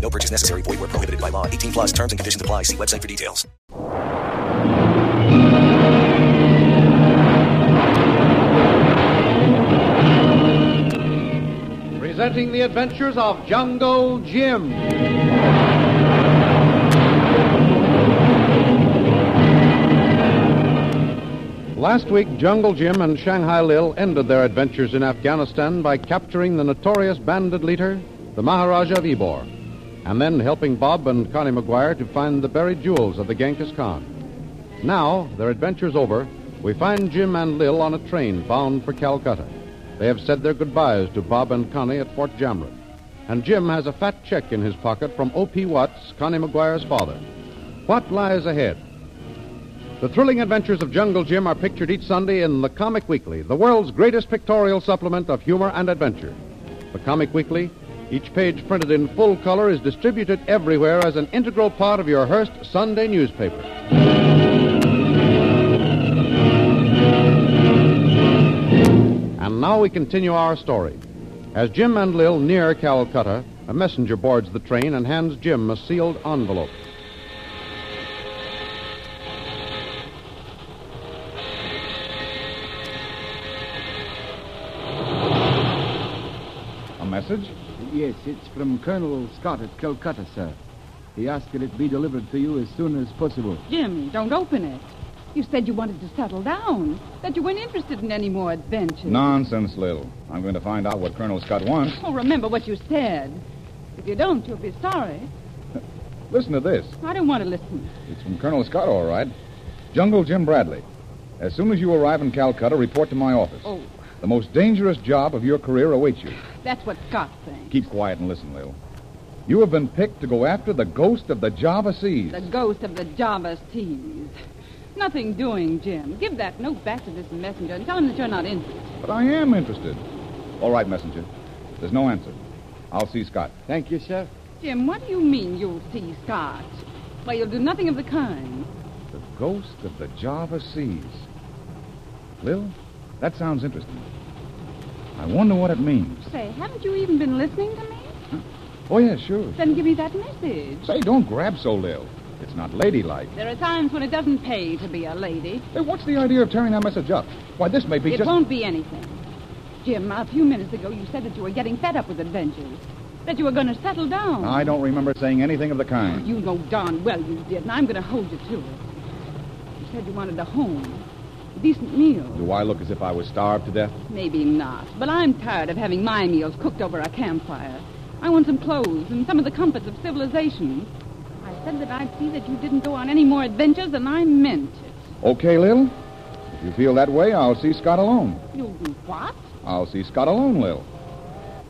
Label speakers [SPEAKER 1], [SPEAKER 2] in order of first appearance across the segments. [SPEAKER 1] No purchase necessary. Void were prohibited by law. 18 plus terms and conditions apply. See website for details.
[SPEAKER 2] Presenting the adventures of Jungle Jim. Last week, Jungle Jim and Shanghai Lil ended their adventures in Afghanistan by capturing the notorious bandit leader, the Maharaja of Ebor, and then helping Bob and Connie McGuire to find the buried jewels of the Genghis Khan. Now, their adventures over, we find Jim and Lil on a train bound for Calcutta. They have said their goodbyes to Bob and Connie at Fort Jamrat. And Jim has a fat check in his pocket from O.P. Watts, Connie McGuire's father. What lies ahead? The thrilling adventures of Jungle Jim are pictured each Sunday in The Comic Weekly, the world's greatest pictorial supplement of humor and adventure. The Comic Weekly, each page printed in full color, is distributed everywhere as an integral part of your Hearst Sunday newspaper. And now we continue our story. As Jim and Lil near Calcutta, a messenger boards the train and hands Jim a sealed envelope.
[SPEAKER 3] A message?
[SPEAKER 4] Yes, it's from Colonel Scott at Calcutta, sir. He asked that it be delivered to you as soon as possible.
[SPEAKER 5] Jimmy, don't open it. You said you wanted to settle down, that you weren't interested in any more adventures.
[SPEAKER 3] Nonsense, Lil. I'm going to find out what Colonel Scott wants.
[SPEAKER 5] Oh, remember what you said. If you don't, you'll be sorry.
[SPEAKER 3] Listen to this.
[SPEAKER 5] I don't want to listen.
[SPEAKER 3] It's from Colonel Scott, all right. Jungle Jim Bradley. As soon as you arrive in Calcutta, report to my office.
[SPEAKER 5] Oh,
[SPEAKER 3] The most dangerous job of your career awaits you.
[SPEAKER 5] that's what Scott thinks.
[SPEAKER 3] Keep quiet and listen, Lil. You have been picked to go after the ghost of the Java Seas.
[SPEAKER 5] The ghost of the Java's tease. Nothing doing, Jim. Give that note back to this messenger and tell him that you're not interested.
[SPEAKER 3] But I am interested. All right, messenger. There's no answer. I'll see Scott.
[SPEAKER 4] Thank you, sir.
[SPEAKER 5] Jim, what do you mean you'll see Scott? Why, you'll do nothing of the kind.
[SPEAKER 3] The ghost of the Java Seas. Lil, that sounds interesting. I wonder what it means.
[SPEAKER 5] Say, haven't you even been listening to me?
[SPEAKER 3] Oh, yeah, sure.
[SPEAKER 5] Then give me that message.
[SPEAKER 3] Say, don't grab so, Lil. It's not ladylike.
[SPEAKER 5] There are times when it doesn't pay to be a lady.
[SPEAKER 3] Hey, what's the idea of tearing that message up? Why, this may be
[SPEAKER 5] it
[SPEAKER 3] just.
[SPEAKER 5] won't be anything. Jim, a few minutes ago you said that you were getting fed up with adventures, that you were going to settle down.
[SPEAKER 3] I don't remember saying anything of the kind.
[SPEAKER 5] You know darn well you did, and I'm going to hold you to it. You said you wanted a home, a decent meal.
[SPEAKER 3] Do I look as if I was starved to death?
[SPEAKER 5] Maybe not, but I'm tired of having my meals cooked over a campfire. I want some clothes and some of the comforts of civilization. I said that I'd see that you didn't go on any more adventures, and I meant it.
[SPEAKER 3] Okay, Lil. If you feel that way, I'll see Scott alone.
[SPEAKER 5] You'll do what?
[SPEAKER 3] I'll see Scott alone, Lil.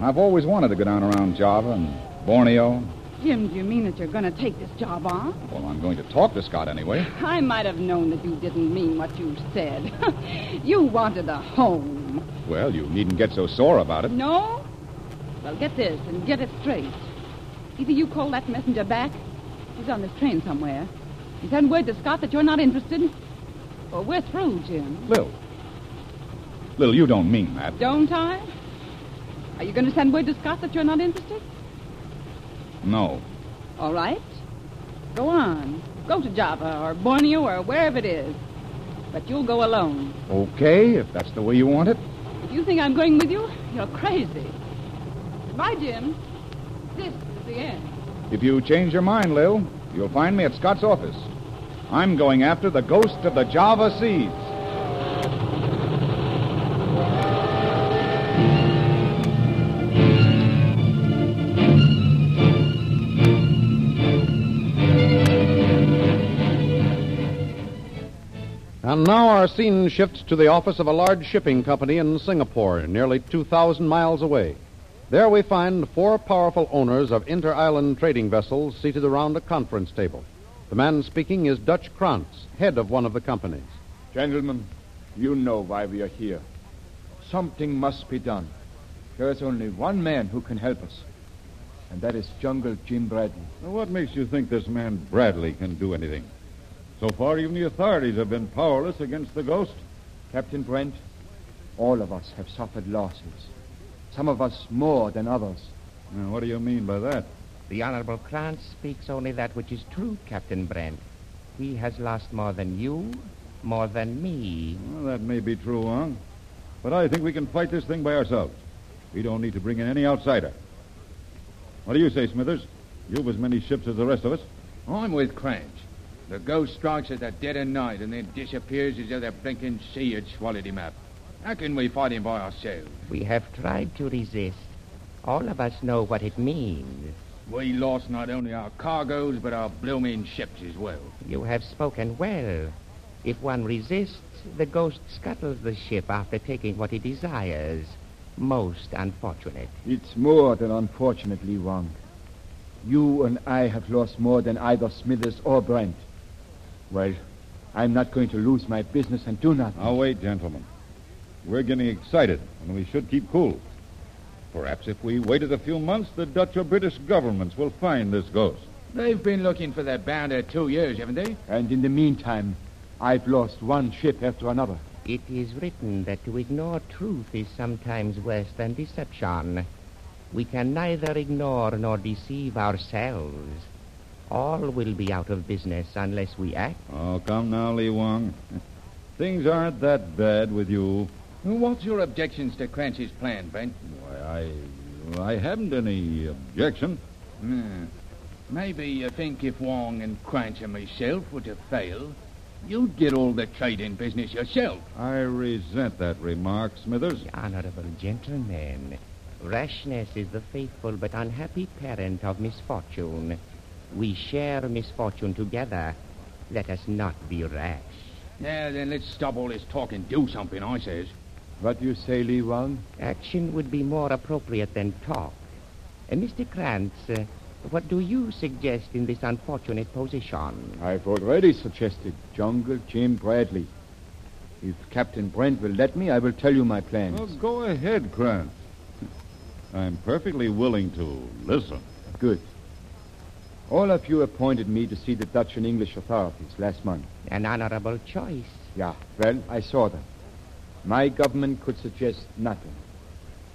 [SPEAKER 3] I've always wanted to go down around Java and Borneo.
[SPEAKER 5] Jim, do you mean that you're going to take this job on?
[SPEAKER 3] Well, I'm going to talk to Scott anyway.
[SPEAKER 5] I might have known that you didn't mean what you said. you wanted a home.
[SPEAKER 3] Well, you needn't get so sore about it.
[SPEAKER 5] No? Well, get this and get it straight. Either you call that messenger back, he's on this train somewhere, and send word to Scott that you're not interested, or we're through, Jim.
[SPEAKER 3] Lil. Lil, you don't mean that.
[SPEAKER 5] Don't I? Are you going to send word to Scott that you're not interested?
[SPEAKER 3] No.
[SPEAKER 5] All right. Go on. Go to Java or Borneo or wherever it is. But you'll go alone.
[SPEAKER 3] Okay, if that's the way you want it.
[SPEAKER 5] If you think I'm going with you, you're crazy. Bye, Jim. This is the end.
[SPEAKER 3] If you change your mind, Lil, You'll find me at Scott's office. I'm going after the ghost of the Java Seas.
[SPEAKER 2] And now our scene shifts to the office of a large shipping company in Singapore, nearly 2,000 miles away. There we find four powerful owners of inter island trading vessels seated around a conference table. The man speaking is Dutch Krantz, head of one of the companies.
[SPEAKER 6] Gentlemen, you know why we are here. Something must be done. There is only one man who can help us, and that is Jungle Jim Bradley.
[SPEAKER 3] Now, what makes you think this man Bradley can do anything? So far, even the authorities have been powerless against the ghost.
[SPEAKER 6] Captain Brent, all of us have suffered losses, some of us more than others.
[SPEAKER 3] Now, what do you mean by that?
[SPEAKER 7] The Honorable Krantz speaks only that which is true, Captain Brent. He has lost more than you, more than me.
[SPEAKER 3] Well, that may be true, Wong. But I think we can fight this thing by ourselves. We don't need to bring in any outsider. What do you say, Smithers? You've as many ships as the rest of us.
[SPEAKER 8] Oh, I'm with Cranch. The ghost strikes at the dead of night and then disappears as though the blinking sea had swallowed him up. How can we fight him by ourselves?
[SPEAKER 7] We have tried to resist. All of us know what it means.
[SPEAKER 8] We lost not only our cargoes, but our blooming ships as well.
[SPEAKER 7] You have spoken well. If one resists, the ghost scuttles the ship after taking what he desires. Most unfortunate.
[SPEAKER 4] It's more than unfortunately wrong. You and I have lost more than either Smithers or Brent. Well, I'm not going to lose my business and do nothing.
[SPEAKER 3] Now, wait, gentlemen. We're getting excited, and we should keep cool. Perhaps if we waited a few months, the Dutch or British governments will find this ghost.
[SPEAKER 8] They've been looking for their bounder two years, haven't they?
[SPEAKER 4] And in the meantime, I've lost one ship after another.
[SPEAKER 7] It is written that to ignore truth is sometimes worse than deception. We can neither ignore nor deceive ourselves. All will be out of business unless we act.
[SPEAKER 3] Oh, come now, Lee Wong. Things aren't that bad with you.
[SPEAKER 8] What's your objections to Cranch's plan, Brent?
[SPEAKER 3] Why, I, I haven't any objection.
[SPEAKER 8] Hmm. Maybe you think if Wong and Cranch and myself were to fail, you'd get all the trading business yourself.
[SPEAKER 3] I resent that remark, Smithers.
[SPEAKER 7] Honorable gentlemen, rashness is the faithful but unhappy parent of misfortune. We share misfortune together. Let us not be rash.
[SPEAKER 8] Now then, let's stop all this talk and do something, I says.
[SPEAKER 4] What do you say, Lee Wong?
[SPEAKER 7] Action would be more appropriate than talk. Uh, Mr. Krantz, uh, what do you suggest in this unfortunate position?
[SPEAKER 4] I've already suggested Jungle Jim Bradley. If Captain Brent will let me, I will tell you my plans.
[SPEAKER 3] Well, go ahead, Krantz. I'm perfectly willing to listen.
[SPEAKER 4] Good. All of you appointed me to see the Dutch and English authorities last month.
[SPEAKER 7] An honorable choice.
[SPEAKER 4] Yeah, well, I saw them. My government could suggest nothing.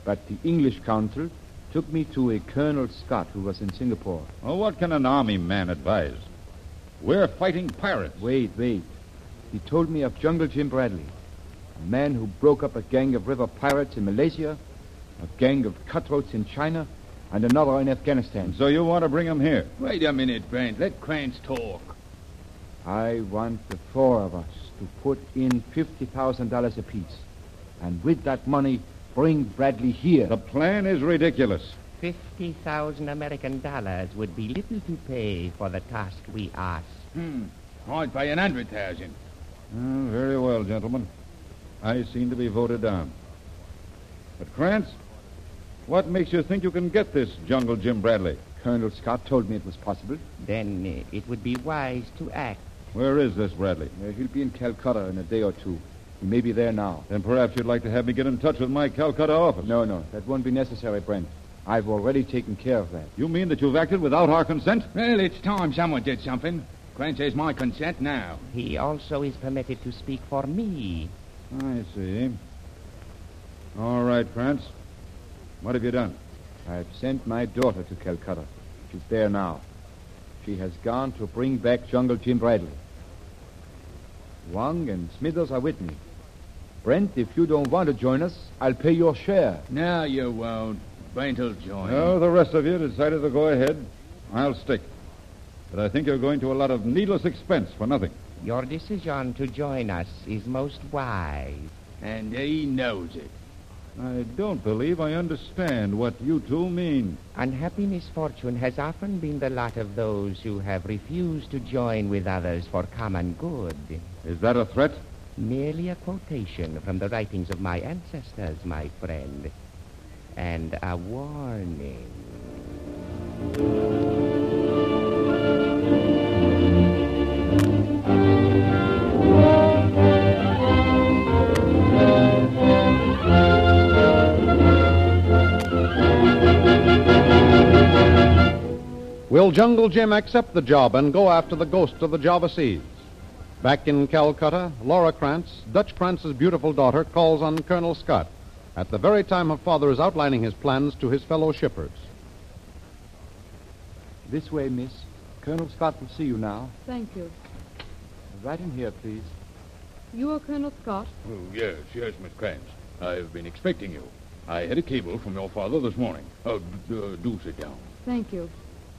[SPEAKER 4] But the English council took me to a Colonel Scott who was in Singapore.
[SPEAKER 3] Well, what can an army man advise? We're fighting pirates.
[SPEAKER 4] Wait, wait. He told me of Jungle Jim Bradley, a man who broke up a gang of river pirates in Malaysia, a gang of cutthroats in China, and another in Afghanistan.
[SPEAKER 3] So you want to bring him here?
[SPEAKER 8] Wait a minute, Brent. Let Cranch talk.
[SPEAKER 4] I want the four of us to put in $50,000 apiece. And with that money, bring Bradley here.
[SPEAKER 3] The plan is ridiculous.
[SPEAKER 7] 50,000 American dollars would be little to pay for the task we ask.
[SPEAKER 8] Hmm. I'd pay an hundred thousand.
[SPEAKER 3] Uh, very well, gentlemen. I seem to be voted down. But, Krantz, what makes you think you can get this jungle Jim Bradley?
[SPEAKER 4] Colonel Scott told me it was possible.
[SPEAKER 7] Then uh, it would be wise to act.
[SPEAKER 3] Where is this Bradley?
[SPEAKER 4] Uh, he'll be in Calcutta in a day or two. He may be there now.
[SPEAKER 3] Then perhaps you'd like to have me get in touch with my Calcutta office.
[SPEAKER 4] No, no, that won't be necessary, Brent. I've already taken care of that.
[SPEAKER 3] You mean that you've acted without our consent?
[SPEAKER 8] Well, it's time someone did something. Cranch says my consent now.
[SPEAKER 7] He also is permitted to speak for me.
[SPEAKER 3] I see. All right, Krantz. What have you done?
[SPEAKER 4] I've sent my daughter to Calcutta. She's there now. She has gone to bring back Jungle Jim Bradley. Wang and Smithers are with me. Brent, if you don't want to join us, I'll pay your share.
[SPEAKER 8] No, you won't. Brent'll join.
[SPEAKER 3] No, the rest of you decided to go ahead. I'll stick.
[SPEAKER 9] But I think you're going to a lot of needless expense for nothing.
[SPEAKER 7] Your decision to join us is most wise.
[SPEAKER 3] And he knows it.
[SPEAKER 9] I don't believe I understand what you two mean.
[SPEAKER 7] Unhappy misfortune has often been the lot of those who have refused to join with others for common good.
[SPEAKER 9] Is that a threat?
[SPEAKER 7] Merely a quotation from the writings of my ancestors, my friend. And a warning.
[SPEAKER 2] Will Jungle Jim accept the job and go after the ghost of the Java Seas? Back in Calcutta, Laura Krantz, Dutch Krantz's beautiful daughter, calls on Colonel Scott at the very time her father is outlining his plans to his fellow shippers.
[SPEAKER 4] This way, miss. Colonel Scott will see you now.
[SPEAKER 10] Thank you.
[SPEAKER 4] Right in here, please.
[SPEAKER 10] You are Colonel Scott?
[SPEAKER 3] Oh, yes, yes, Miss Krantz. I've been expecting you. I had a cable from your father this morning. Uh, d- uh, do sit down.
[SPEAKER 10] Thank you.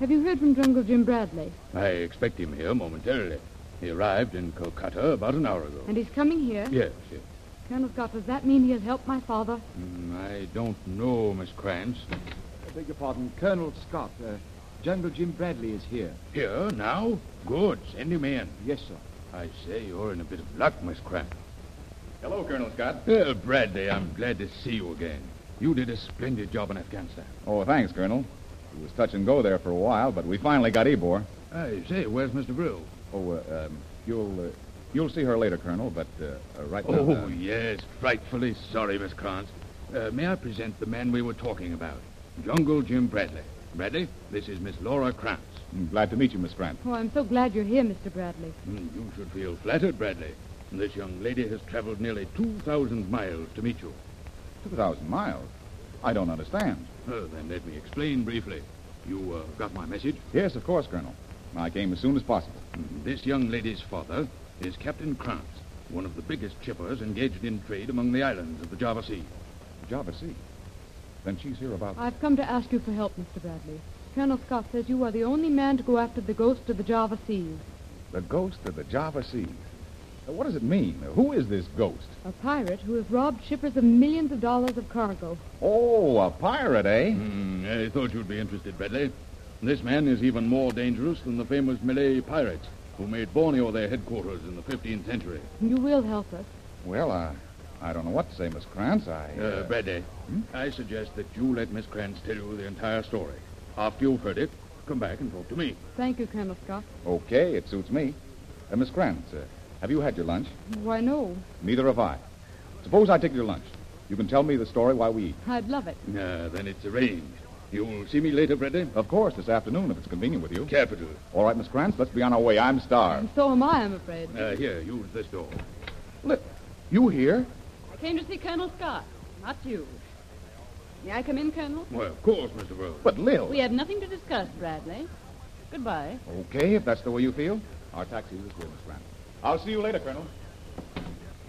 [SPEAKER 10] Have you heard from Jungle Jim Bradley?
[SPEAKER 3] I expect him here momentarily. He arrived in Calcutta about an hour ago.
[SPEAKER 10] And he's coming here?
[SPEAKER 3] Yes, yes.
[SPEAKER 10] Colonel Scott, does that mean he has helped my father?
[SPEAKER 3] Mm, I don't know, Miss Krantz.
[SPEAKER 4] I beg your pardon, Colonel Scott. Uh, Jungle Jim Bradley is here.
[SPEAKER 3] Here, now? Good. Send him in.
[SPEAKER 4] Yes, sir.
[SPEAKER 3] I say you're in a bit of luck, Miss Krantz.
[SPEAKER 11] Hello, Colonel Scott.
[SPEAKER 3] Uh, Bradley, I'm glad to see you again. You did a splendid job in Afghanistan.
[SPEAKER 11] Oh, thanks, Colonel. It was touch and go there for a while, but we finally got Ebor.
[SPEAKER 3] I say, where's Mr. Grill?
[SPEAKER 11] Oh, uh, um, you'll uh, you'll see her later, Colonel. But uh, right now.
[SPEAKER 3] Oh yes, frightfully sorry, Miss Krantz. Uh, may I present the man we were talking about, Jungle Jim Bradley? Bradley, this is Miss Laura Krantz.
[SPEAKER 11] I'm glad to meet you, Miss Krantz.
[SPEAKER 10] Oh, I'm so glad you're here, Mr. Bradley.
[SPEAKER 3] Mm, you should feel flattered, Bradley. This young lady has traveled nearly two thousand miles to meet you.
[SPEAKER 11] Two thousand miles? I don't understand.
[SPEAKER 3] Oh, then let me explain briefly. You uh, got my message?
[SPEAKER 11] Yes, of course, Colonel. I came as soon as possible.
[SPEAKER 3] This young lady's father is Captain Krantz, one of the biggest shippers engaged in trade among the islands of the Java Sea.
[SPEAKER 11] Java Sea? Then she's here about.
[SPEAKER 10] I've come to ask you for help, Mr. Bradley. Colonel Scott says you are the only man to go after the ghost of the Java Seas.
[SPEAKER 11] The ghost of the Java Seas? What does it mean? Who is this ghost?
[SPEAKER 10] A pirate who has robbed shippers of millions of dollars of cargo.
[SPEAKER 11] Oh, a pirate, eh?
[SPEAKER 3] Mm, I thought you'd be interested, Bradley. This man is even more dangerous than the famous Malay pirates who made Borneo their headquarters in the 15th century.
[SPEAKER 10] You will help us.
[SPEAKER 11] Well, uh, I don't know what to say, Miss Krantz. I.
[SPEAKER 3] Uh... Uh, Bradley, hmm? I suggest that you let Miss Krantz tell you the entire story. After you've heard it, come back and talk to me.
[SPEAKER 10] Thank you, Colonel Scott.
[SPEAKER 11] Okay, it suits me. Uh, Miss Krantz, have you had your lunch?
[SPEAKER 10] Why, no.
[SPEAKER 11] Neither have I. Suppose I take your lunch. You can tell me the story while we eat.
[SPEAKER 10] I'd love it.
[SPEAKER 3] Uh, then it's arranged. You'll see me later, Bradley?
[SPEAKER 11] Of course, this afternoon, if it's convenient with you.
[SPEAKER 3] Capital.
[SPEAKER 11] All right, Miss Krantz, let's be on our way. I'm
[SPEAKER 2] Oh.
[SPEAKER 11] starved.
[SPEAKER 10] So am I, I'm afraid.
[SPEAKER 3] Uh, here, use this door.
[SPEAKER 11] Look, you here?
[SPEAKER 5] I came to see Colonel Scott, not you. May I come in, Colonel?
[SPEAKER 3] Well, of course, Mr. Rose.
[SPEAKER 11] But, Lil.
[SPEAKER 5] We have nothing to discuss, Bradley. Goodbye.
[SPEAKER 11] Okay, if that's the way you feel. Our taxi is this way, Miss Krantz. I'll see you later, Colonel.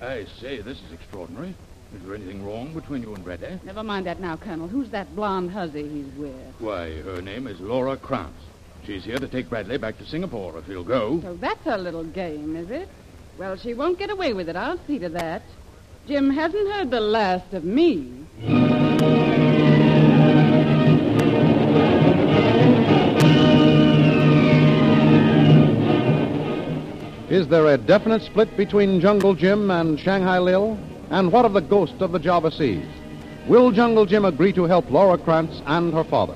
[SPEAKER 3] I say, this is extraordinary. Is there anything wrong between you and Bradley?
[SPEAKER 5] Never mind that now, Colonel. Who's that blonde hussy he's with?
[SPEAKER 3] Why, her name is Laura Krantz. She's here to take Bradley back to Singapore if he'll go.
[SPEAKER 5] So that's her little game, is it? Well, she won't get away with it. I'll see to that. Jim hasn't heard the last of me.
[SPEAKER 2] Is there a definite split between Jungle Jim and Shanghai Lil? And what of the ghost of the Java Seas? Will Jungle Jim agree to help Laura Krantz and her father?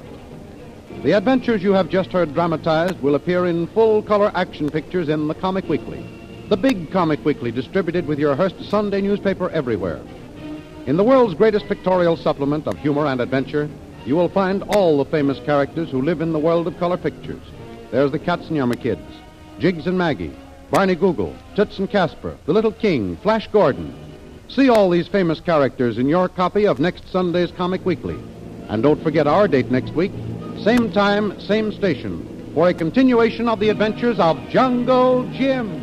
[SPEAKER 2] The adventures you have just heard dramatized will appear in full color action pictures in the Comic Weekly, the big Comic Weekly distributed with your Hearst Sunday newspaper everywhere. In the world's greatest pictorial supplement of humor and adventure, you will find all the famous characters who live in the world of color pictures. There's the Katzenjammer Kids, Jiggs and Maggie, Barney Google, Toots and Casper, The Little King, Flash Gordon. See all these famous characters in your copy of next Sunday's Comic Weekly. And don't forget our date next week, same time, same station, for a continuation of the adventures of Jungle Jim.